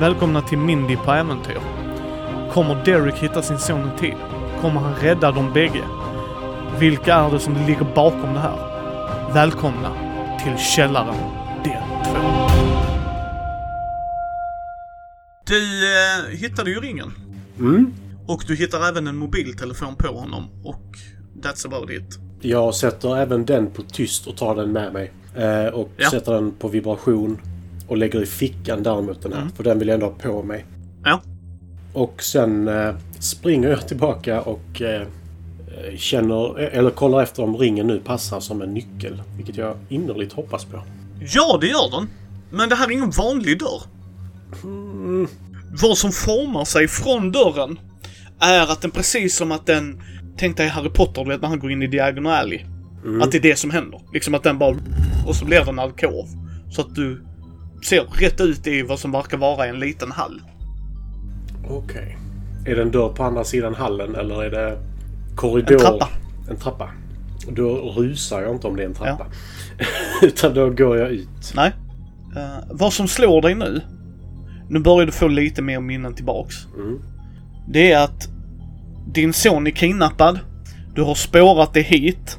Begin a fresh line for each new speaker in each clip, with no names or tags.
Välkomna till Mindy på äventyr. Kommer Derek hitta sin son i tid? Kommer han rädda dem bägge? Vilka är det som ligger bakom det här? Välkomna till Källaren del 2. Du eh, hittade ju ringen.
Mm.
Och du hittar även en mobiltelefon på honom. Och that's about it.
Jag sätter även den på tyst och tar den med mig. Eh, och
Ja.
sätter den på vibration. Och lägger i fickan däremot den här. För den vill jag ändå ha på mig.
Ja.
Och sen eh, springer jag tillbaka och eh, eh, känner, eller kollar efter om ringen nu passar som en nyckel. Vilket jag innerligt hoppas på.
Ja, det gör den. Men det här är ingen vanlig dörr. Vad som formar sig från dörren är att den precis som att den... Tänk dig Harry Potter, du vet när han går in i Diagon Alley. Att det är det som händer. Liksom att den bara... Och så blir det en alkov. Så att du ser rätt ut i vad som verkar vara en liten hall.
Okej. Är det en dörr på andra sidan hallen eller är det korridor?
En trappa.
En trappa. Då rusar jag inte om det är en
Ja.
trappa. Utan då går jag ut.
Nej. Eh, vad som slår dig nu, nu börjar du få lite mer minnen tillbaks.
Mm.
Det är att din son är kidnappad, du har spårat det hit,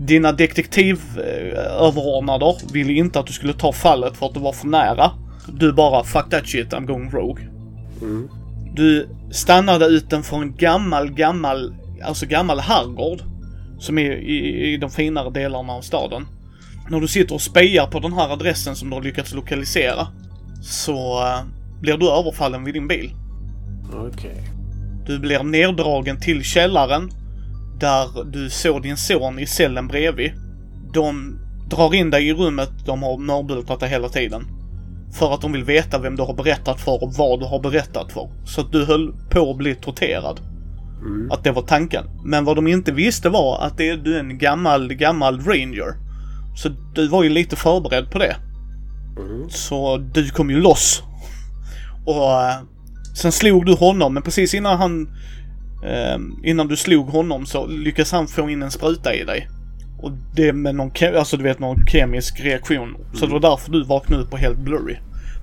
dina detektivöverordnader ville inte att du skulle ta fallet för att det var för nära. Du bara fuck that shit, I'm going rogue.
Mm.
Du stannade utanför en gammal, gammal, alltså gammal herrgård. Som är i, i de finare delarna av staden. När du sitter och spejar på den här adressen som du har lyckats lokalisera. Så eh, blir du överfallen vid din bil.
Okej.
Du blir neddragen till källaren. Där du såg din son i cellen bredvid. De drar in dig i rummet, de har mörbultat dig hela tiden. För att de vill veta vem du har berättat för och vad du har berättat för. Så att du höll på att bli torterad.
Mm.
Att det var tanken. Men vad de inte visste var att det, du är en gammal, gammal ranger. Så du var ju lite förberedd på det.
Mm.
Så du kom ju loss. Och eh, sen slog du honom, men precis innan han... Eh, innan du slog honom så lyckades han få in en spruta i dig. Och det med någon, ke- alltså du vet, någon kemisk reaktion. Så
Mm.
det var därför du vaknade upp och helt blurry.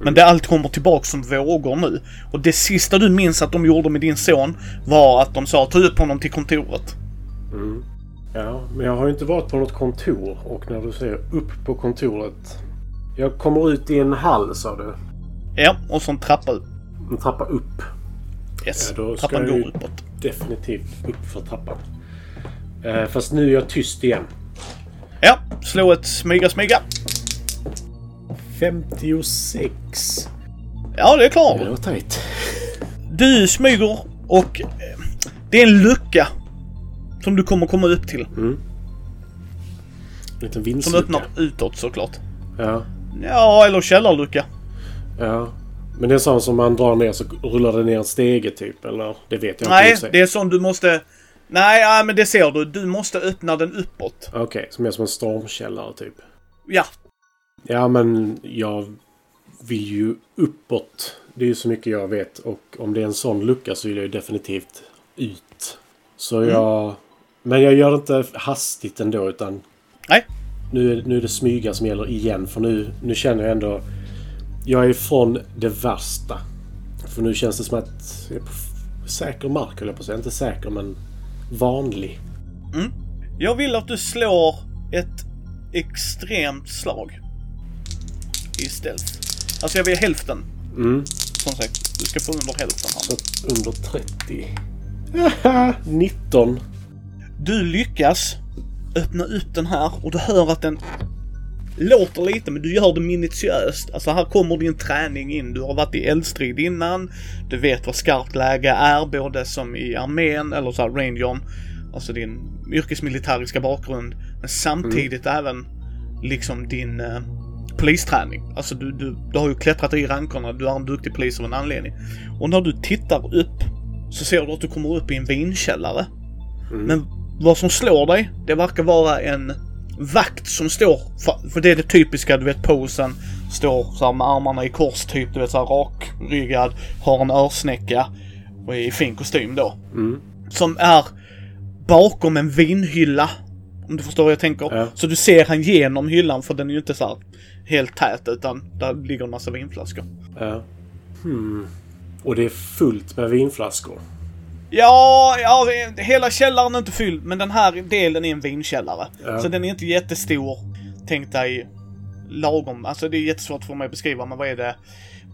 Men det allt kommer tillbaka som vågor nu. Och det sista du minns att de gjorde med din son var att de sa ta upp honom till kontoret.
Mm. Ja, men jag har ju inte varit på något kontor och när du säger upp på kontoret. Jag kommer ut i en hall sa du.
Ja, och så en trappa upp.
En trappa upp.
Yes,
Ja, då ska
trappan
jag
går
ju-
uppåt.
Definitivt upp för trappan. Eh, fast nu är jag tyst igen.
Ja, slå ett smyga smyga.
56.
Ja, det är klart.
Det var tajt.
Du smyger och eh, det är en lucka som du kommer komma upp till.
En liten
Som
vindslucka.
öppnar utåt såklart.
Ja,
Ja, eller källarlucka.
ja. Men det är sån som man drar ner så rullar det ner en stege typ eller? Det vet jag
Nej,
inte. i och för sig.
det är sån du måste... Nej, ja, men det ser du. Du måste öppna den uppåt.
Okej, som är som en stormkällare typ.
Ja,
Ja, men jag vill ju uppåt. Det är ju så mycket jag vet. Och om det är en sån lucka så vill jag ju definitivt ut. Så jag... Men jag gör det inte hastigt ändå, utan
nej.
nu är, nu är det smyga som gäller igen. För nu, nu känner jag ändå... Jag är från det värsta. För nu känns det som att jag är på f- säker mark, höll jag på att säga. Inte säker, men vanlig.
Jag vill att du slår ett extremt slag. Istället. Alltså jag vill hälften.
Mm.
Som sagt, du ska få under hälften här.
Så att Typ under 30. Haha, 19.
Du lyckas öppna upp den här och du hör att den låter lite men du gör det minutiöst. Alltså här kommer din träning in. Du har varit i eldstrid innan. Du vet vad skarpt läge är både som i armén eller så här rangern. Alltså din yrkesmilitäriska bakgrund. Men samtidigt även liksom din eh, polisträning. Alltså du, du, du har ju klättrat i rankorna. Du är en duktig polis av en anledning. Och när du tittar upp så ser du att du kommer upp i en vinkällare.
Mm.
Men vad som slår dig, det verkar vara en vakt som står, för, för det är det typiska, du vet posen, står så här med armarna i kors typ, du vet så här rakryggad, har en örsnäcka och är i fin kostym då.
Mm.
Som är bakom en vinhylla. Om du förstår vad jag tänker.
Ja.
Så du ser han genom hyllan för den är ju inte så här helt tät utan där ligger en massa vinflaskor.
Ja. Hmm. Och det är fullt med vinflaskor.
Ja, ja, hela källaren är inte fylld, men den här delen är en vinkällare.
Ja.
Så den är inte jättestor. Tänk dig lagom. Alltså det är jättesvårt för mig att beskriva, men vad är det?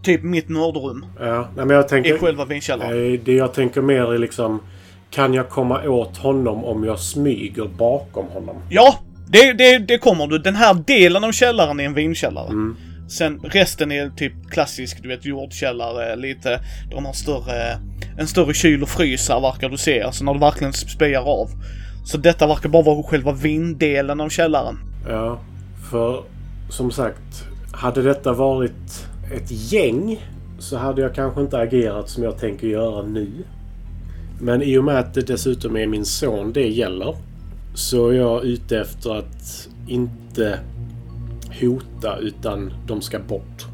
Typ mitt nördrum
Ja, nej, men jag
är
tänker...
själva vinkällaren.
Nej, Det jag tänker mer är liksom... Kan jag komma åt honom om jag smyger bakom honom?
Ja, det, det, det kommer du. Den här delen av källaren är en vinkällare. Sen resten är typ klassisk, du vet jordkällare lite. De har större, en större kyl och frysar verkar du se. Alltså när du verkligen spyar av. Så detta verkar bara vara själva vindelen av källaren.
Ja, för som sagt, hade detta varit ett gäng så hade jag kanske inte agerat som jag tänker göra nu. Men i och med att det dessutom är min son det gäller så är jag ute efter att inte hota utan de ska bort.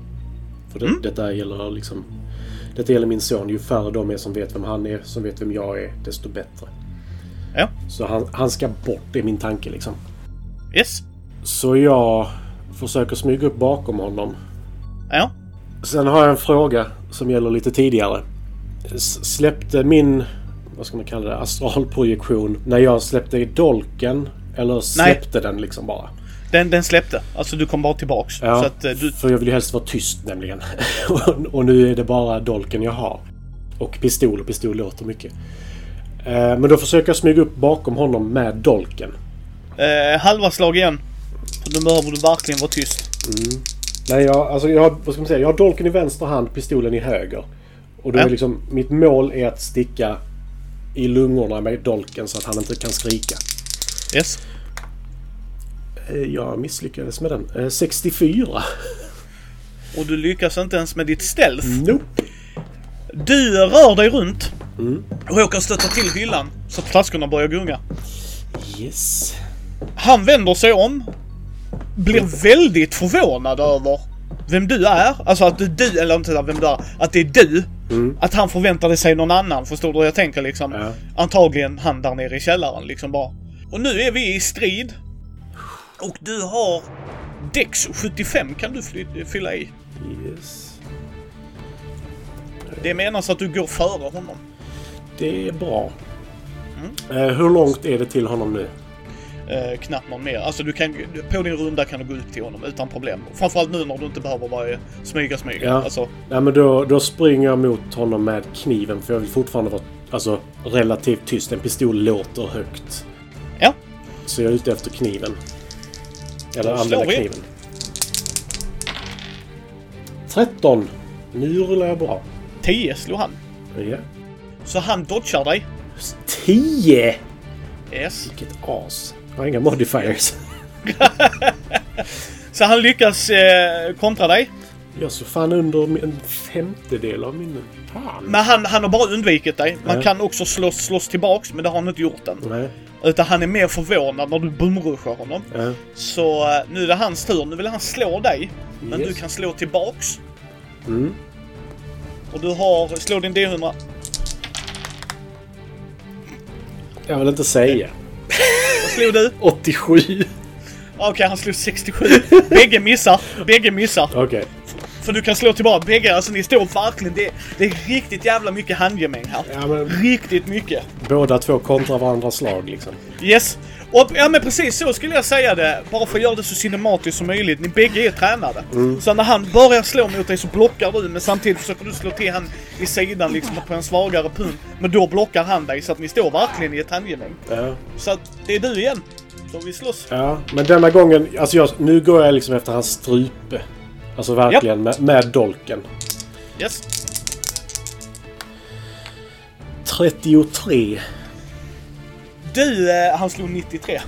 För det, detta gäller liksom detta gäller min son. Ju färre de är som vet vem han är, som vet vem jag är, desto bättre.
Ja.
Så han, han ska bort, det är min tanke liksom.
Yes.
Så jag försöker smyga upp bakom honom.
Ja.
Sen har jag en fråga som gäller lite tidigare. S- släppte min, vad ska man kalla det, astralprojektion när jag släppte i dolken? Eller släppte den liksom bara?
Den, den släppte. Alltså du kom bara tillbaks.
Ja,
Så att eh, du...
För jag vill ju helst vara tyst nämligen. och, och nu är det bara dolken jag har. Och pistol, och pistol låter mycket. Eh, men då försöker jag smyga upp bakom honom med dolken.
Eh, halva slag igen. För nu behöver du verkligen vara tyst.
Nej, jag, alltså jag, har- vad ska man säga, jag har dolken i vänster hand, pistolen i höger. Och då
Ja.
är liksom, mitt mål är att sticka i lungorna med dolken så att han inte kan skrika.
Yes.
Eh, Jag misslyckades med den. Eh, 64!
Och du lyckas inte ens med ditt stealth.
Nope!
Du rör dig runt. Och råkar stöta till hyllan. Så att flaskorna börjar gunga.
Yes.
Han vänder sig om. Blir väldigt förvånad över vem du är. Alltså att du- du, eller inte vem du är. Att det är du. Att han förväntade sig någon annan. Förstår du? Jag tänker liksom.
Mm. Ja.
Antagligen han där nere i källaren liksom bara. Och nu är vi i strid. Och du har Dex 75 kan du fly- fylla i.
yes.
Det menas att du går före honom.
Det är bra. Eh, hur långt är det till honom nu?
Eh, knappt någon mer. Alltså du kan, på din runda kan du gå ut till honom utan problem. Framförallt nu när du inte behöver vara eh, smyga smyga.
Ja.
Alltså,
Nej, men då, då springer jag mot honom med kniven för jag vill fortfarande vara alltså, relativt tyst. En pistol låter högt.
ja.
Så jag är ute efter kniven. Eller
Slå
använda
vi.
kniven. 13. Nu rullar jag bra.
10 slog han.
Ja.
Så han dodgar dig.
10!
Yes.
Vilket as. Jag har inga modifiers.
Så han lyckas eh, kontra dig.
Jag så fan under min- en femtedel av min... Fan!
Men han, han har bara undvikit dig. Man
Ja.
kan också slåss, slåss tillbaks men det har han inte gjort än.
Nej.
Utan han är mer förvånad när du bumrushar honom.
Ja.
Så eh, nu är det hans tur. Nu vill han slå dig. Men
Yes.
du kan slå tillbaks.
Mm.
Och du har... Slå din D100.
Jag vill inte säga.
Vad slog du?
87!
Okej, han slog 67. Bägge missar. Bägge missar.
Okej.
För du kan slå tillbaka bägge. Alltså ni står verkligen... Det, det är riktigt jävla mycket handgemäng här.
Ja, men
Riktigt mycket.
båda två kontrar varandras slag liksom.
Yes. Och, ja men precis så skulle jag säga det. Bara för att göra det så cinematiskt som möjligt. Ni bägge är tränade. Så när han börjar slå mot dig så blockar du men samtidigt försöker du slå till han i sidan liksom på en svagare punkt. Men då blockar han dig så att ni står verkligen i ett handgemäng.
Ja.
Så att det är du igen. Så vi slåss.
Ja, men denna gången, alltså jag, nu går jag liksom efter hans strupe. Alltså verkligen med, med dolken.
Yes.
33.
Du, eh, han slog 93.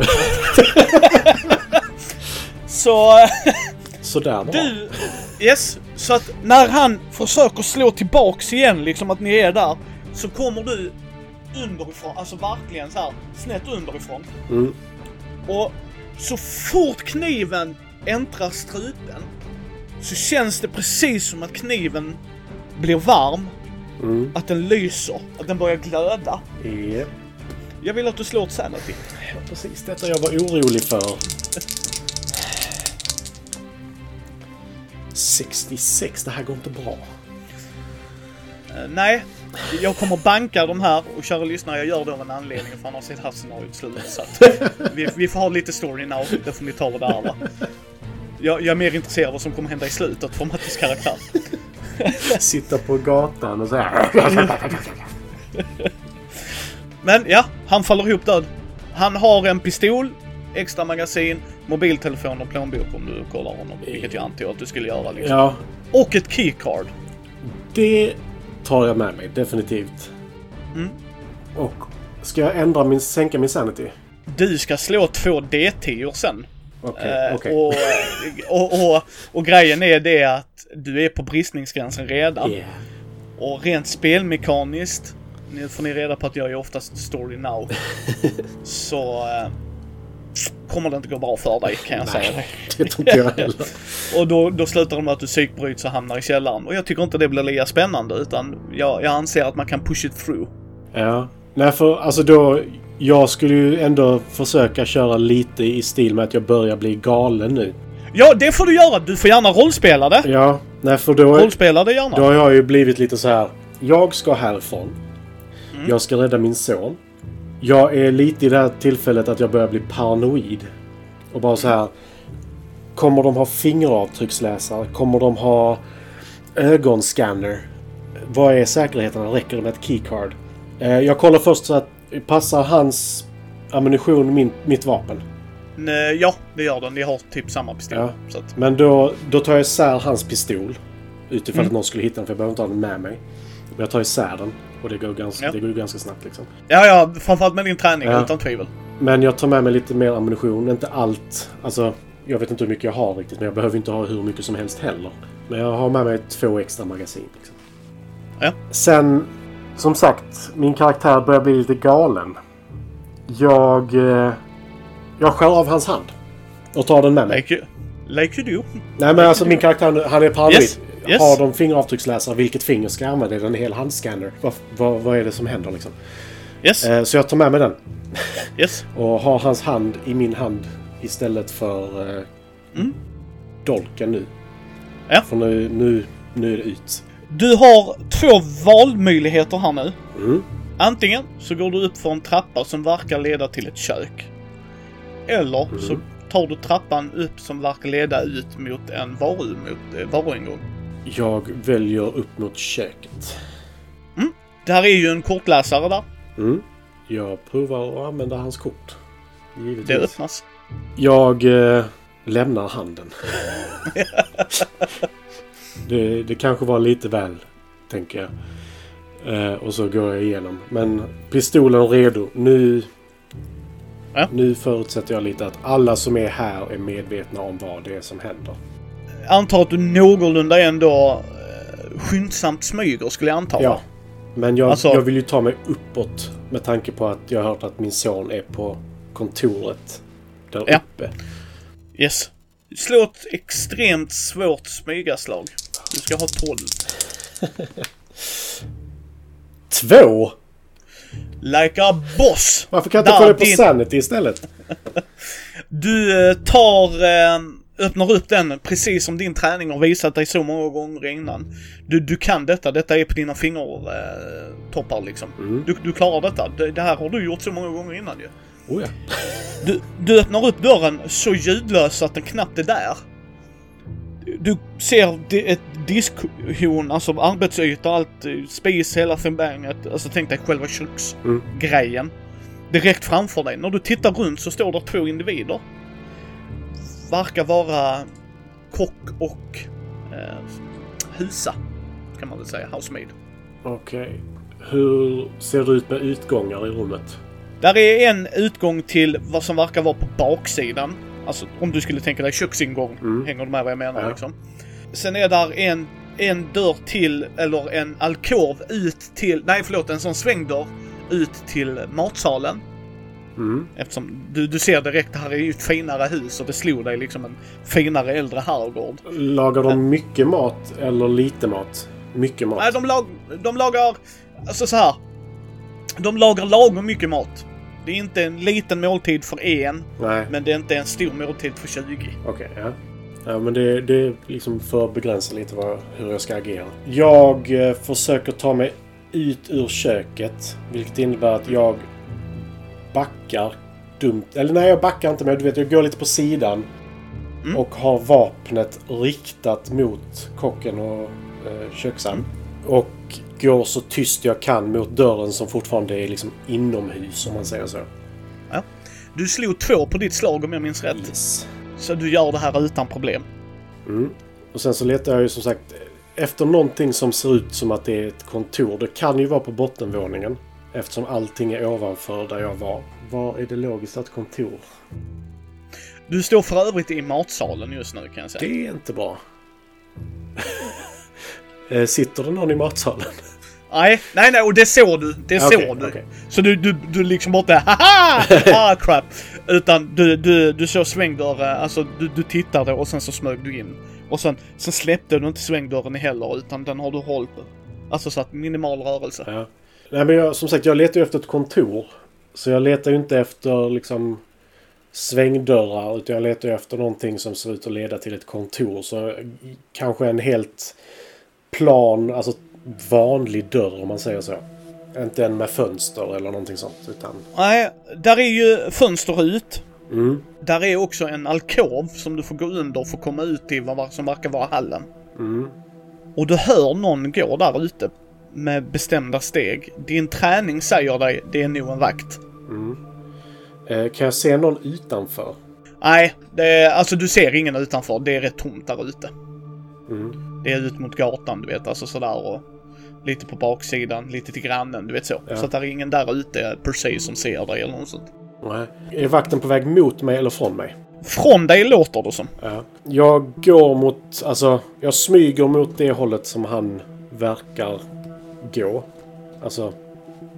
så... eh,
Sådär bra.
Du, yes. Så att när han försöker slå tillbaks igen, liksom att ni är där, så kommer du underifrån, alltså verkligen så här snett underifrån.
Mm.
Och så fort kniven äntrar strupen så känns det precis som att kniven blir varm,
Mm.
att den lyser, att den börjar glöda.
Ja,
Jag vill att du slår ett sanity.
precis detta jag var orolig för. 66, det här går inte bra.
Eh, nej, jag kommer banka de här och kära lyssnare, jag gör det av en anledning för annars är det här scenariot slut. Så att vi, vi får ha lite story now, det får ni ta och bära. Jag, jag är mer intresserad av vad som kommer hända i slutet för Mattis karaktär.
Sitta på gatan och så här.
Men ja, han faller ihop död. Han har en pistol, extra magasin, mobiltelefon och plånbok om du kollar honom, vilket jag antar att du skulle göra. Liksom.
Ja,
Och ett keycard.
det tar jag med mig definitivt.
Mm.
Och ska jag ändra min, sänka min sanity?
Du ska slå två D10 sen.
Okej,
Eh,
okej.
Och, och, och, och grejen är det att du är på bristningsgränsen redan.
Yeah.
Och rent spelmekaniskt, nu får ni reda på att jag är oftast story now. så eh, kommer det inte gå bra för dig kan jag säga dig.
Nej, det tror inte jag heller.
Och då, då slutar det med att du psykbryts och hamnar i källaren. Och jag tycker inte det blir lika spännande utan jag, jag anser att man kan push it through.
Ja. Nej, för alltså då... Jag skulle ju ändå försöka köra lite i stil med att jag börjar bli galen nu.
Ja, det får du göra! Du får gärna rollspela det!
Ja, nej för då,
Rollspela det gärna!
då har jag ju blivit lite så här. Jag ska härifrån. Jag ska rädda min son. Jag är lite i det här tillfället att jag börjar bli paranoid. Och bara så här. Kommer de ha fingeravtrycksläsare? Kommer de ha ögonscanner? Vad är säkerheten? Räcker det med ett keycard? Eh, Jag kollar först så att passar hans ammunition min, mitt vapen?
Nej, Ja, det gör den. Ni har typ samma pistol.
Ja.
Så att,
Men då, då tar jag isär hans pistol.
Mm.
Utifrån att någon skulle hitta den, för jag behöver inte ha den med mig. Men jag tar isär den. Och det går ganska,
Ja.
det går ju ganska snabbt liksom.
ja, ja, framförallt med din träning,
Ja.
utan tvivel.
Men jag tar med mig lite mer ammunition. Inte allt. Alltså, jag vet inte hur mycket jag har riktigt. Men jag behöver inte ha hur mycket som helst heller. Men jag har med mig två extra magasin. Liksom.
Ja.
Sen, som sagt. Min karaktär börjar bli lite galen. Jag... eh, Jag skär av hans hand. Och tar den med mig.
Like you, like you do.
Nej men alltså min karaktär nu, han är paranoid.
Yes, yes.
Har de fingeravtrycksläsare, vilket finger ska jag använda? Är det en hel handscanner? Vad, vad, vad är det som händer liksom?
Yes,
Eh, så jag tar med mig den.
yes.
Och har hans hand i min hand istället för eh, dolken nu.
Mm. Ja.
För nu, nu, nu är det ut.
Du har två valmöjligheter här nu.
Mm.
Antingen så går du upp för en trappa som verkar leda till ett kök. Eller så
Mm.
tar du trappan upp som verkar leda ut mot en varu, mot, eh, varuingång.
Jag väljer upp mot köket.
Det här är ju en kortläsare där.
Mm. Jag provar att använda hans kort. Givetvis.
Det öppnas.
Jag eh, lämnar handen. det, det kanske var lite väl, tänker jag. Eh, och så går jag igenom. Men pistolen redo. Nu,
Ja.
nu förutsätter jag lite att alla som är här är medvetna om vad det är som händer.
Antar att du någorlunda ändå eh, skyndsamt smyger skulle jag anta.
Ja. Men jag,
Alltså-
jag vill ju ta mig uppåt med tanke på att jag har hört att min son är på kontoret där
Ja.
uppe.
Yes. Slå ett extremt svårt smygaslag. Du ska ha 12.
Två!
Like a boss!
Varför kan jag inte
Där,
kolla på
din-
Sanity istället?
Du eh, tar, eh, öppnar upp den precis som din träning har visat dig så många gånger innan. Du, du kan detta, detta är på dina fingertoppar liksom. Du, du klarar detta, det, det här har du gjort så många gånger innan ju.
Oh ja.
Du, du öppnar upp dörren så ljudlöst att den knappt är där. Du ser di- ett diskhorn, alltså arbetsyta, allt, eh, spis, hela fembanget. Alltså tänk dig själva
Mm.
köksgrejen. Direkt framför dig. När du tittar runt så står det två individer. Verkar vara kock och eh, husa. Kan man väl säga, housemaid.
Okej. Hur ser det ut med utgångar i rummet?
Där är en utgång till vad som verkar vara på baksidan. Alltså om du skulle tänka dig köksingång.
Mm.
Hänger du med vad jag menar
Ja.
liksom? Sen är där en, en dörr till, eller en alkov ut till, nej förlåt, en sån svängdörr ut till matsalen.
Mm.
Eftersom du, du ser direkt, det här är ju ett finare hus och det slog dig liksom en finare äldre herrgård.
Lagar de mycket mat eller lite mat? Mycket mat.
Nej, de, lag, de lagar... Alltså så här. De lagar lagom mycket mat. Det är inte en liten måltid för en,
Nej.
men det är inte en stor måltid för 20.
Okej, ja. Ja, men det, det liksom för begränsar lite vad, hur jag ska agera. Jag eh, försöker ta mig ut ur köket. Vilket innebär att jag backar dumt. Eller nej, jag backar inte men du vet, jag går lite på sidan.
Mm.
Och har vapnet riktat mot kocken och eh, köksan. Och går så tyst jag kan mot dörren som fortfarande är liksom inomhus om man säger så.
Du slog två på ditt slag om jag minns rätt.
Yes.
Så du gör det här utan problem.
Mm. Och sen så letar jag ju som sagt efter någonting som ser ut som att det är ett kontor. Det kan ju vara på bottenvåningen. Eftersom allting är ovanför där jag var. Var är det logiskt att kontor?
Du står för övrigt i matsalen just nu kan jag säga.
Det är inte bra. Eh, Sitter det någon i matsalen?
Nej, nej, nej, och det såg du. Det
Okej,
såg du.
okej.
Så du, du, du liksom inte haha, ah crap. Utan du, du, du såg svängdörren, alltså du, du tittade och sen så smög du in. Och sen, sen släppte du inte svängdörren heller utan den har du hållit på. Alltså så att minimal rörelse.
Ja. Nej men jag, som sagt, jag letar ju efter ett kontor. Så jag letar ju inte efter liksom svängdörrar utan jag letar ju efter någonting som ser ut att leda till ett kontor. Så eh, kanske en helt plan, alltså vanlig dörr om man säger så. Inte en med fönster eller någonting sånt utan...
Nej, där är ju fönster ut.
Mm,
Där är också en alkov som du får gå under för att komma ut till vad som verkar vara hallen.
mm,
Och du hör någon gå där ute med bestämda steg. Din träning säger dig, det är nog en vakt.
mm. Eh, kan jag se någon utanför?
Nej, det är, alltså du ser ingen utanför. Det är rätt tomt där ute.
Mm,
Det är ut mot gatan, du vet, alltså sådär och lite på baksidan, lite till grannen, du vet så.
Ja.
Så att där är ingen där ute per se som ser dig eller något sånt.
nej. Är vakten på väg mot mig eller från mig?
Från dig låter det som.
Ja. Jag går mot, alltså jag smyger mot det hållet som han verkar gå. Alltså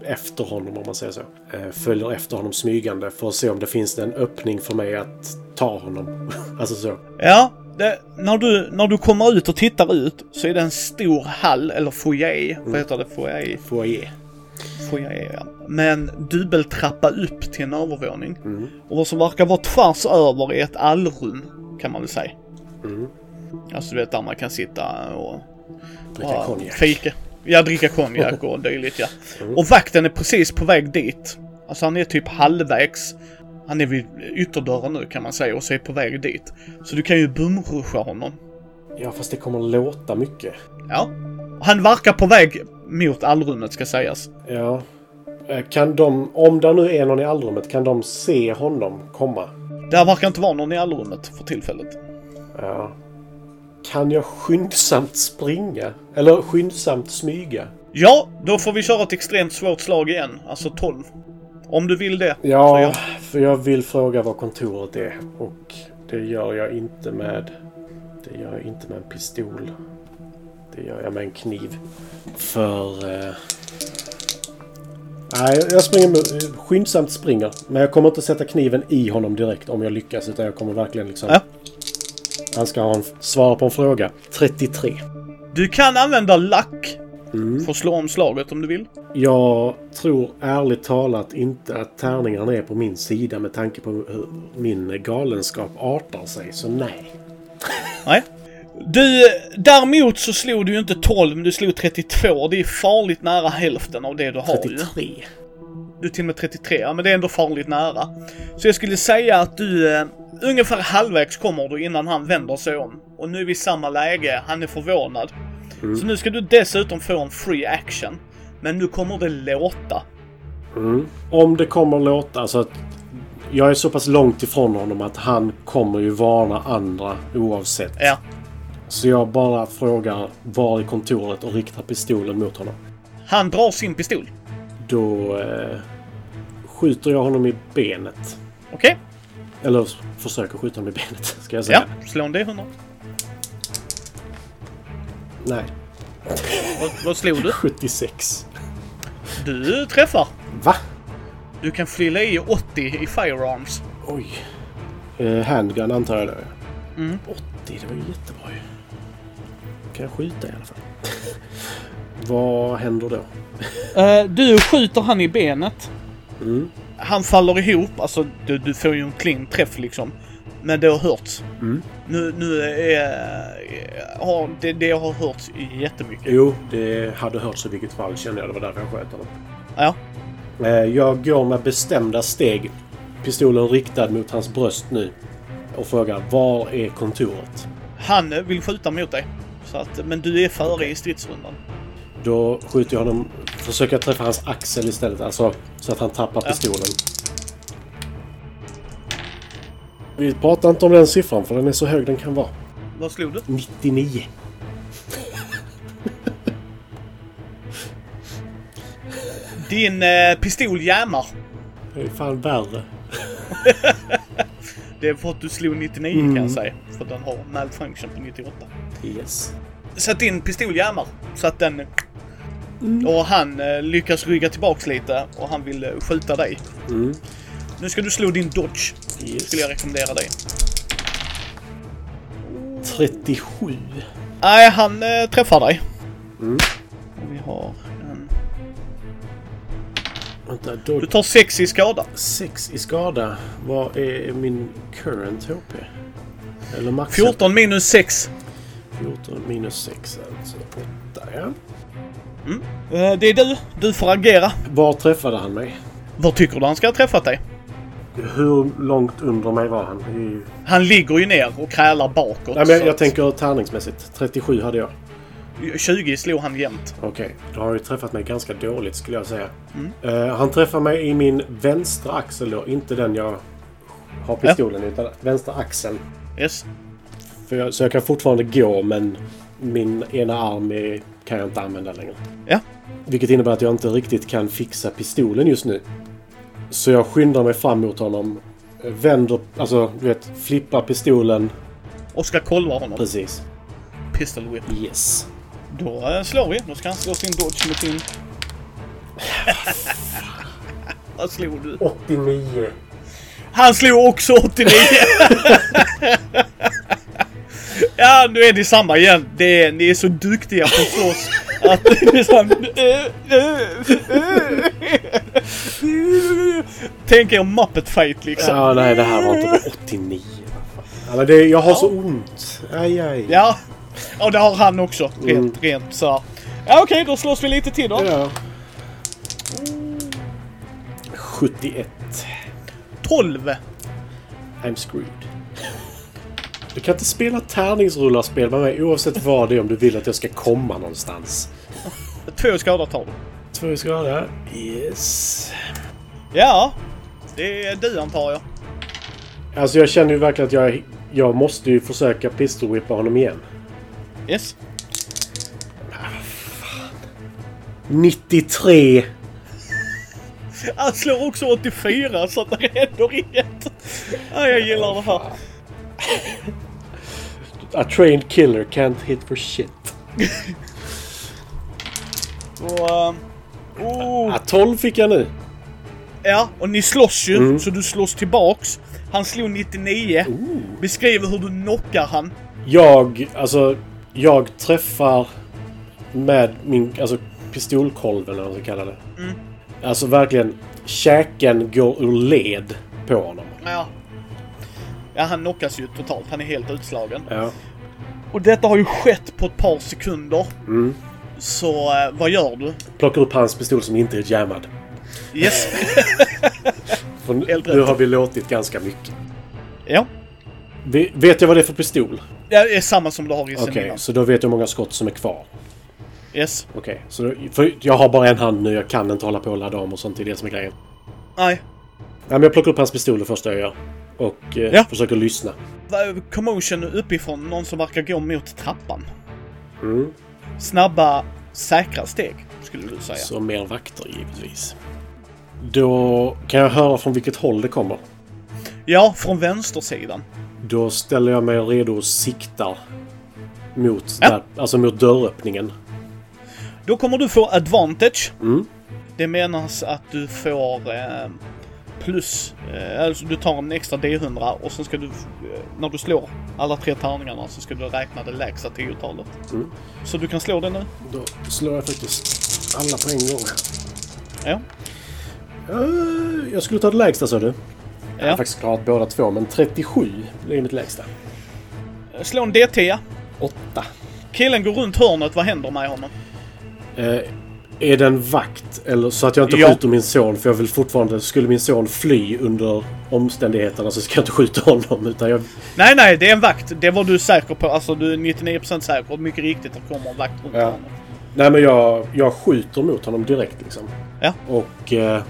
efter honom om man säger så. Eh, Följer efter honom smygande för att se om det finns en öppning för mig att ta honom. alltså så.
Ja, det, när, du, när du kommer ut och tittar ut så är det en stor hall, eller foyer.
Mm.
Vad heter det? Foyer?
Foyer.
Foyer, ja. Med en dubbeltrappa upp till en övervåning.
Mm.
Och vad som verkar vara tvärs över är ett allrum, kan man väl säga.
Mm.
Alltså du vet där man kan sitta och
Dricka
Ja,
konjak. Mm.
Fika. Ja, dricka konjak och dylikt ja. Och vakten är precis på väg dit. Alltså han är typ halvvägs. Han är vid ytterdörren nu kan man säga och så är på väg dit. Så du kan ju bumruscha honom.
Ja fast det kommer låta mycket.
Ja. Han verkar på väg mot allrummet ska sägas.
Ja. Eh, Kan de, om det nu är någon i allrummet, kan de se honom komma?
Där verkar inte vara någon i allrummet för tillfället.
Ja. Kan jag skyndsamt springa? Eller skyndsamt smyga?
Ja, då får vi köra ett extremt svårt slag igen. Alltså 12. Om du vill det. Så
Ja,
jag-
för jag vill fråga vad kontoret är och det gör jag inte med... Det gör jag inte med en pistol. Det gör jag med en kniv. För... Eh... Nej, jag springer med, skyndsamt springer. Men jag kommer inte sätta kniven i honom direkt om jag lyckas utan jag kommer verkligen liksom...
Ja.
Han ska ha en, svara på en fråga. 33.
Du kan använda lack
Mm.
för att slå om slaget om du vill.
Jag tror ärligt talat inte att tärningarna är på min sida med tanke på hur min galenskap artar sig, så nej.
Nej. Du, däremot så slog du ju inte 12, men du slog 32. Det är farligt nära hälften av det du har ju.
33.
Du är till och med 33, ja men det är ändå farligt nära. Så jag skulle säga att du, eh, ungefär halvvägs kommer du innan han vänder sig om. Och nu är vi i samma läge, han är förvånad. Så nu ska du dessutom få en free action. Men nu kommer det låta.
Mm. Om det kommer låta så att jag är så pass långt ifrån honom att han kommer ju varna andra oavsett.
Ja.
Så jag bara frågar var i kontoret och riktar pistolen mot honom.
Han drar sin pistol.
Då eh, skjuter jag honom i benet.
Okej?
Eller försöker skjuta honom i benet, ska jag säga.
Ja. Slå en D100.
Nej.
Vad, vad slog du?
76.
Du träffar.
Va?
Du kan fylla i 80 i firearms.
Oj. Eh, handgun antar jag det är. Mm. 80, det var ju jättebra ju. Kan jag skjuta i alla fall. Vad händer då?
Eh, du skjuter han i benet.
Mm.
Han faller ihop, alltså du, du får ju en clean träff liksom. Men det har hörts.
Mm.
Nu, nu är, eh, har, det, det har hörts jättemycket.
Jo, det hade hörts i vilket fall kände jag. Det var därför jag sköt honom.
Ja.
Eh, Jag går med bestämda steg, pistolen riktad mot hans bröst nu, och frågar var är kontoret?
Han eh, vill skjuta mot dig. Så att, eh, men du är före i stridsrundan.
Då skjuter jag honom, försöker jag träffa hans axel istället, alltså så att han tappar pistolen. Vi pratar inte om den siffran för den är så hög den kan vara.
Vad slog du?
99.
Din eh, pistol jammar.
Det är fan värre.
Det är för att du slog 99
Mm.
kan jag säga. För den har malfunction på 98.
Yes.
Så att din pistol jammar. Så att den...
Mm.
Och han eh, lyckas rygga tillbaks lite och han vill eh, skjuta dig.
Mm.
Nu ska du slå din dodge.
yes.
Skulle jag rekommendera dig.
37.
Nej, han eh, träffar dig.
Mm.
Och Vi har en...
Vänta, då...
Du tar 6 i skada.
6 i skada. Vad är min current HP? Eller max?
14 minus 6.
14 minus 6 alltså 8 ja.
Eh, det är du. Du får agera.
Var träffade han mig?
Vad tycker du han ska ha träffat dig?
Hur långt under mig var han? I...
Han ligger ju ner och krälar bakåt.
Nej, men jag,
så
jag
att-
tänker tärningsmässigt. 37 hade jag.
20 slog han jämt.
Okej, då har han ju träffat mig ganska dåligt skulle jag säga. Eh, han träffar mig i min vänstra axel då, inte den jag har pistolen i, utan vänstra axel.
Yes.
För jag, så jag kan fortfarande gå men min ena arm är, kan jag inte använda längre.
Ja.
Vilket innebär att jag inte riktigt kan fixa pistolen just nu. Så jag skyndar mig fram mot honom. Vänder, alltså du vet, flippar pistolen.
Och ska kolla honom.
Precis. Mm.
Pistol whip.
Yes.
Då eh, slår vi. Då ska han slå sin dodge med sin... Vad slog du?
89.
Han slog också 89! ja, nu är det samma igen. Det är, ni är så duktiga på att slåss. Att det är så här- Tänk er Muppet Fight liksom.
Ja, nej det här var inte bra. 89. vad fan. Alltså, det, jag har så ont. Aj, aj.
Ja. ja, det har han också. Rent,
Mm.
rent så. här. Ja, okej, då slåss vi lite till då.
Ja. 71.
12.
I'm screwed. Du kan inte spela tärningsrullarspel med mig oavsett vad det är om du vill att jag ska komma någonstans.
Två skador tar du.
Två i skada. Yes.
Ja, det är du antar jag.
Alltså jag känner ju verkligen att jag, jag måste ju försöka pistolwhippa honom igen.
Yes.
93!
Han slår också 84 så att det händer inget. Ja, jag gillar det här.
A trained killer can't hit for shit.
Och, ehm, oh,
Ah, 12 fick jag nu.
ja, och ni slåss ju,
Mm.
så du slås tillbaks. Han slog 99. Beskriv hur du knockar han.
Jag, alltså, jag träffar med min, alltså pistolkolven eller vad man ska kalla det.
Mm.
Alltså verkligen, käken går ur led på honom.
Ja. ja, han knockas ju totalt. Han är helt utslagen.
Ja.
Och detta har ju skett på ett par sekunder. Så eh, vad gör du?
Plockar upp hans pistol som inte är jammad.
Yes.
För nu-
Helt rätt.
nu har vi låtit ganska mycket.
ja.
Vi, vet jag vad det är för pistol?
Det är samma som du har i sen
Okej,
innan.
så då vet jag hur många skott som är kvar.
Yes.
Okej, så då- för jag har bara en hand nu. Jag kan inte hålla på och ladda om och sånt. Det är det som är grejen.
Nej.
Nej, men jag plockar upp hans pistol det första jag gör. Och eh,
Ja.
försöker lyssna.
Vad är Commotion uppifrån. Någon som verkar gå mot trappan.
Mm.
Snabba, säkra steg. Skulle du säga.
Så mer vakter givetvis. Då kan jag höra från vilket håll det kommer.
Ja, från vänstersidan.
Då ställer jag mig redo och siktar mot,
Ja.
där, alltså mot dörröppningen.
Då kommer du få advantage.
Mm.
Det menas att du får eh, plus, eh, alltså du tar en extra D100 och sen ska du, eh, när du slår alla tre tärningarna så ska du räkna det lägsta tiotalet.
Mm.
Så du kan slå det nu.
Då slår jag faktiskt alla på en gång.
Ja.
Eh, Jag skulle ta det lägsta sa du. Jag
Ja.
har faktiskt klarat båda två, men 37 blir mitt lägsta.
Slå en D10.
8.
Killen går runt hörnet, vad händer med honom?
Eh, är det en vakt? Eller så att jag inte
Ja.
skjuter min son, för jag vill fortfarande... Skulle min son fly under omständigheterna så ska jag inte skjuta honom, utan jag...
Nej, nej, det är en vakt. Det var du säker på. Alltså, du är 99% säker. Mycket riktigt, det kommer en vakt runt
Ja.
honom.
Nej, men jag, jag skjuter mot honom direkt liksom.
Ja.
Och... Eh,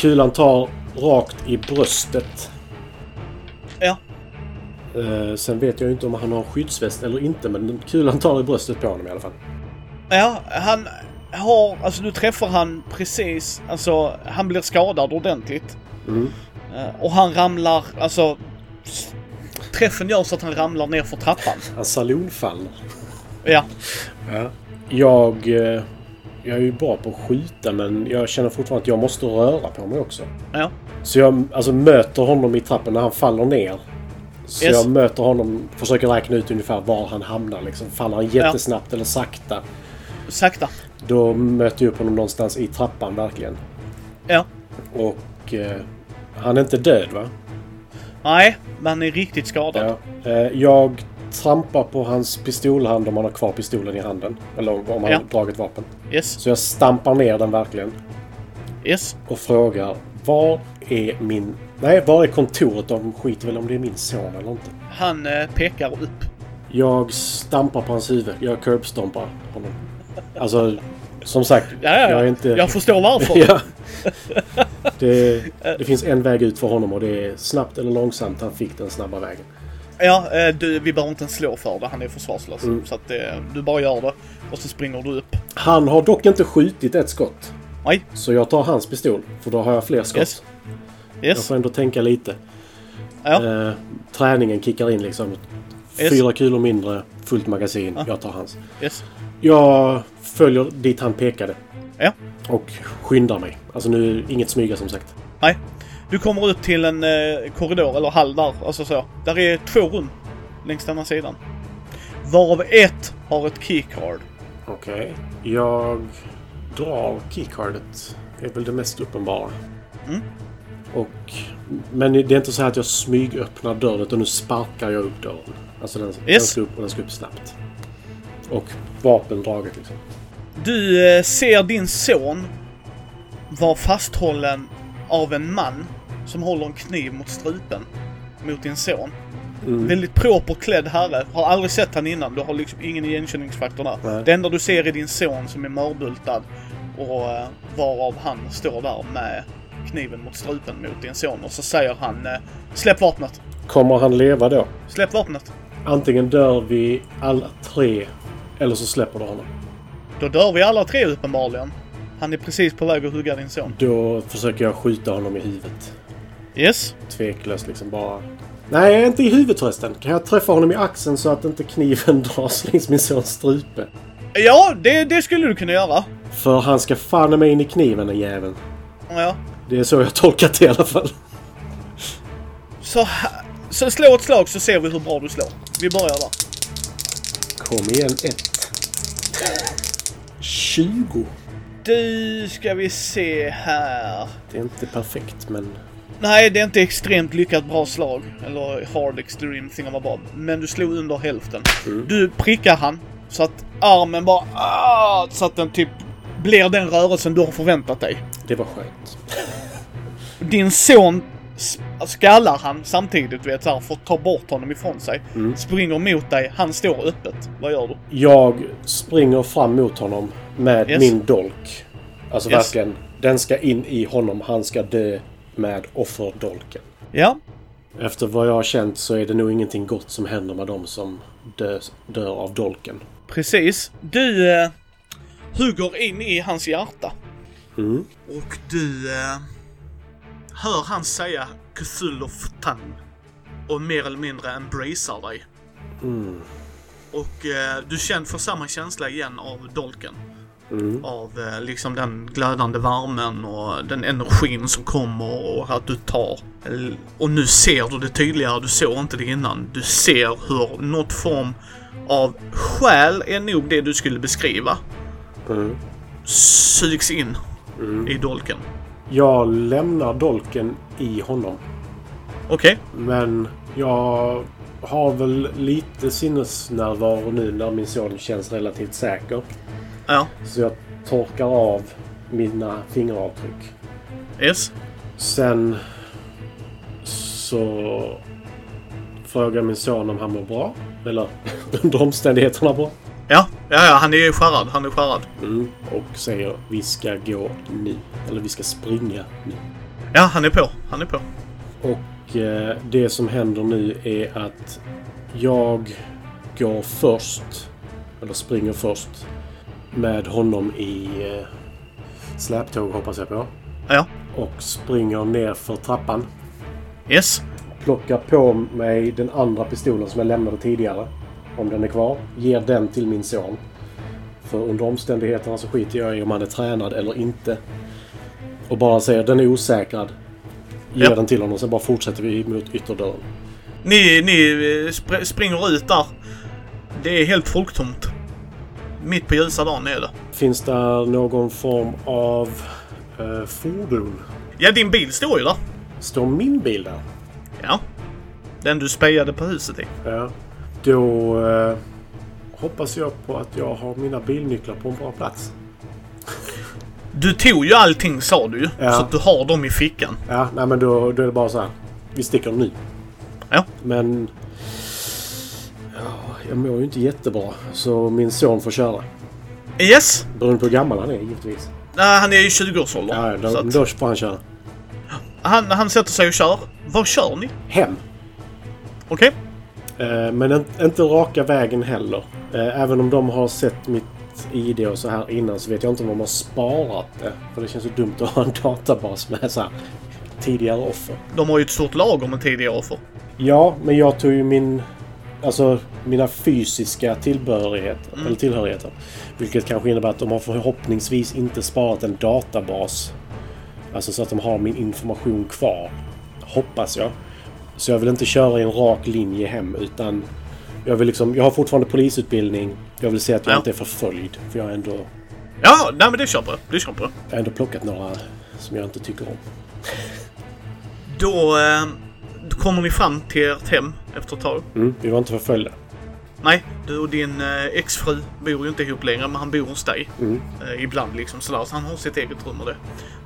kulan tar rakt i bröstet.
Ja.
Eh, sen vet jag ju inte om han har skyddsväst eller inte, men kulan tar i bröstet på honom i alla fall.
Ja, han har, alltså du träffar han precis, alltså han blir skadad ordentligt.
Mm.
Eh, Och han ramlar, alltså s- träffen gör så att han ramlar ner för trappan.
Han salonfaller.
Ja,
Jag... Eh, jag är ju bra på att skjuta, men jag känner fortfarande att jag måste röra på mig också.
ja,
Så jag alltså, möter honom i trappen när han faller ner. Så
Yes.
jag möter honom, försöker räkna ut ungefär var han hamnar. Liksom. Faller han jättesnabbt eller sakta,
sakta.
då möter jag upp honom någonstans i trappan verkligen.
Ja.
Och eh, han är inte död va?
Nej, men han är riktigt skadad.
Ja. Eh, jag trampar på hans pistolhand om han har kvar pistolen i handen. Eller om han
Ja.
har dragit vapen.
Yes,
Så jag stampar ner den verkligen.
yes.
och frågar var är min... Nej, var är kontoret? De skiter väl om det är min son eller inte.
Han eh, pekar upp.
Jag stampar på hans huvud. Jag curbstampar honom. Alltså, som sagt.
Ja, ja,
Jag är
ja.
inte...
Jag förstår varför.
ja. det, det finns en väg ut för honom och det är snabbt eller långsamt. Han fick den snabba vägen.
Ja, eh, du, vi behöver inte ens slå för det. Han är försvarslös.
Mm.
Så att eh, du bara gör det. Och så springer du upp.
Han har dock inte skjutit ett skott.
Nej,
Så jag tar hans pistol, för då har jag fler skott.
Yes.
Jag
yes.
får ändå tänka lite.
Ja.
Eh, träningen kickar in liksom.
Yes. Ah.
Fyra kulor mindre, fullt magasin. Jag tar hans.
Yes.
Jag följer dit han pekade
Ja.
och skyndar mig. Alltså nu är det inget smyga som sagt.
Nej. Du kommer ut till en eh, korridor, eller hall där, alltså så. Där är två rum längs denna sidan. Varav ett har ett keycard.
Okej. Jag drar keycardet. Det är väl det mest uppenbara.
Mm.
Och, men det är inte så här att jag smygöppnar dörren utan nu sparkar jag upp dörren. Alltså den, den
Yes.
ska upp och den ska upp snabbt. Och vapendraget liksom.
Du eh, ser din son var fasthållen av en man som håller en kniv mot strupen. Mot din son. Väldigt proper klädd herre. Har aldrig sett han innan. Du har liksom ingen igenkänningsfaktor där.
Nej.
Det enda du ser är din son som är mörbultad. Och eh, varav han står där med kniven mot strupen mot din son. Och så säger han eh, Släpp vapnet!
Kommer han leva då?
Släpp vapnet!
Antingen dör vi alla tre eller så släpper du honom.
Då dör vi alla tre uppenbarligen. Han är precis på väg att hugga din son.
Då försöker jag skjuta honom i huvudet.
Yes?
tveklöst liksom bara... Nej, inte i huvudet förresten. Kan jag träffa honom i axeln så att inte kniven dras längs min sons strupe?
Ja, det, det skulle du kunna göra.
För han ska fan mig in i kniven den jäveln.
Ja.
Det är så jag tolkat det i alla fall.
Så, här- så slå ett slag så ser vi hur bra du slår. Vi börjar där.
Kom igen, ett. 20.
Du, ska vi se här.
Det är inte perfekt, men...
Nej, det är inte extremt lyckat bra slag. Eller hard extreme thingamabob. Men du slog under hälften. Du prickar han. Så att armen bara... Ah, så att den typ blir den rörelsen du har förväntat dig.
Det var skönt.
Din son s- skallar han samtidigt, vet så här, för att ta bort honom ifrån sig. Springer mot dig, han står öppet. Vad gör du?
Jag springer fram mot honom med
Yes.
min dolk. Alltså
Yes.
verkligen. Den ska in i honom. Han ska dö med offerdolken.
Ja,
Efter vad jag har känt så är det nog ingenting gott som händer med dem som dö, dör av dolken.
Precis. Du eh, hugger in i hans hjärta. Och du eh, hör han säga Cthulhu Tang. Och mer eller mindre embracear dig. Och eh, du känner, får samma känsla igen av dolken. Av eh, liksom den glödande värmen och den energin som kommer och att du tar. L- Och nu ser du det tydligare, du såg inte det innan. Du ser hur något form av själ är nog det du skulle beskriva. Sugs in i dolken.
Jag lämnar dolken i honom
Okej.
Men jag har väl lite sinnesnärvaro nu när min son känns relativt säker.
Ja.
Så jag torkar av mina fingeravtryck.
Yes.
Sen så frågar min son om han mår bra. Eller under omständigheterna bra.
Ja. Ja, ja, han är ju skärrad. Han är skärrad.
Mm. Och säger vi ska gå nu. Eller vi ska springa nu.
Ja, han är på. Han är på.
Och eh, det som händer nu är att jag går först, eller springer först, med honom i eh, släptåg hoppas jag på.
Ja.
Och springer ner för trappan.
Yes.
Plockar på mig den andra pistolen som jag lämnade tidigare. Om den är kvar. Ger den till min son. För under omständigheterna så skiter jag i om han är tränad eller inte. Och bara säger den är osäkrad. Ger
Ja.
den till honom. Sen bara fortsätter vi mot ytterdörren.
Ni, ni eh, spr- springer ut där. Det är helt folktomt. Mitt på ljusa dagen är det.
Finns det någon form av eh, fordon?
Ja, din bil står ju där.
Står min bil där?
Ja. Den du spejade på huset i.
Ja. Då eh, hoppas jag på att jag har mina bilnycklar på en bra plats.
Du tog ju allting sa du ju.
Ja.
Så att du har dem i fickan.
Ja, nej men då, då är det bara så här. Vi sticker nu.
Ja.
Men... Ja, jag mår ju inte jättebra. Så min son får köra.
Yes.
Beroende på hur gammal han är givetvis.
Nej, han är i 20-årsåldern.
Ja,
så
då,
att
då får han köra.
han, han sätter sig och kör. Var kör ni?
Hem.
Okej?
Eh, Men in- inte raka vägen heller. Eh, Även om de har sett mitt ID och så här innan så vet jag inte om de har sparat det. För det känns så dumt att ha en databas med så här tidigare offer.
De har ju ett stort lager med tidigare offer.
Ja, men jag tog ju min... Alltså mina fysiska tillbehörigheter, eller tillhörigheter. Vilket kanske innebär att de har förhoppningsvis inte sparat en databas. Alltså så att de har min information kvar. Hoppas jag. Så jag vill inte köra i en rak linje hem utan jag vill liksom, jag har fortfarande polisutbildning. Jag vill se att jag
Ja.
inte är förföljd. För jag har ändå, jag
Ja, nej men det köper jag. Det köper jag.
har ändå plockat några som jag inte tycker om.
Då eh, kommer ni fram till ert hem efter ett tag.
Mm, vi var inte förföljda.
Nej, du och din eh, exfru bor ju inte ihop längre, men han bor hos dig. Eh, ibland liksom sådär, så han har sitt eget rum och det.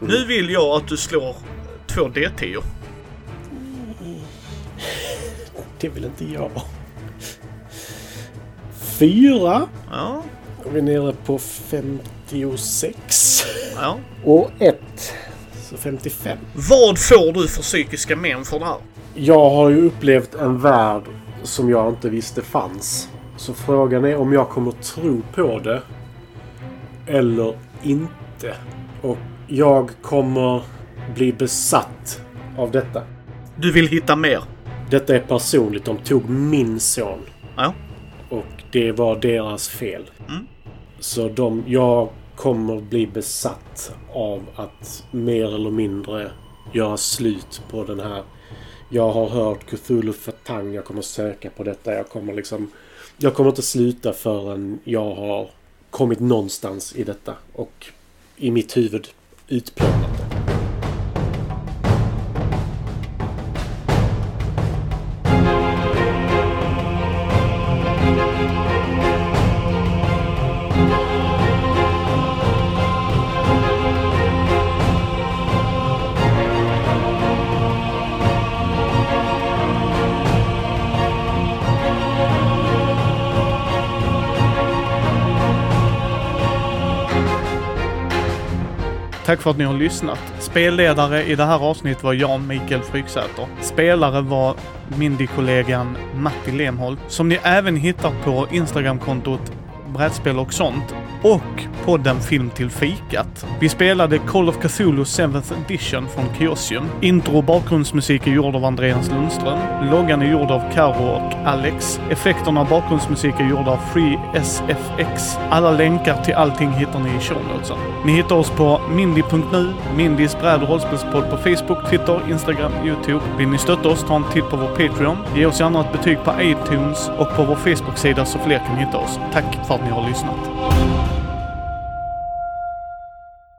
Nu vill jag att du slår två D10.
Det vill inte jag. Fyra.
Ja,
Och Vi är nere på 56.
ja.
Och 1. Så 55.
Vad får du för psykiska men för det här?
Jag har ju upplevt en värld som jag inte visste fanns. Så frågan är om jag kommer tro på det. Eller inte. Och jag kommer bli besatt av detta.
Du vill hitta mer?
Detta är personligt. De tog min son.
Ja.
Och det var deras fel. Så de, jag kommer bli besatt av att mer eller mindre göra slut på den här. Jag har hört Cthulhu Fatang, jag kommer söka på detta. Jag kommer liksom... Jag kommer inte sluta förrän jag har kommit någonstans i detta och i mitt huvud utplånat det.
Tack för att ni har lyssnat. Spelledare i det här avsnittet var Jan Mikael Fryksäter. Spelare var Mindy-kollegan Matti Lemholm, som ni även hittar på Instagramkontot Brädspel och sånt och podden Film till fikat. Vi spelade Call of Cthulhu 7th edition från Kiosium. Intro och bakgrundsmusik är gjord av Andreas Lundström. Loggan är gjord av Karo och Alex. Effekterna och bakgrundsmusik är gjorda av FreeSFX. Alla länkar till allting hittar ni i show notesen. Ni hittar oss på mindy.nu, Mindys bräd och rollspelspodd på Facebook, Twitter, Instagram, YouTube. Vill ni stötta oss, ta en titt på vår Patreon. Ge oss gärna ett betyg på iTunes och på vår Facebook-sida så fler kan hitta oss. Tack för att ni har lyssnat.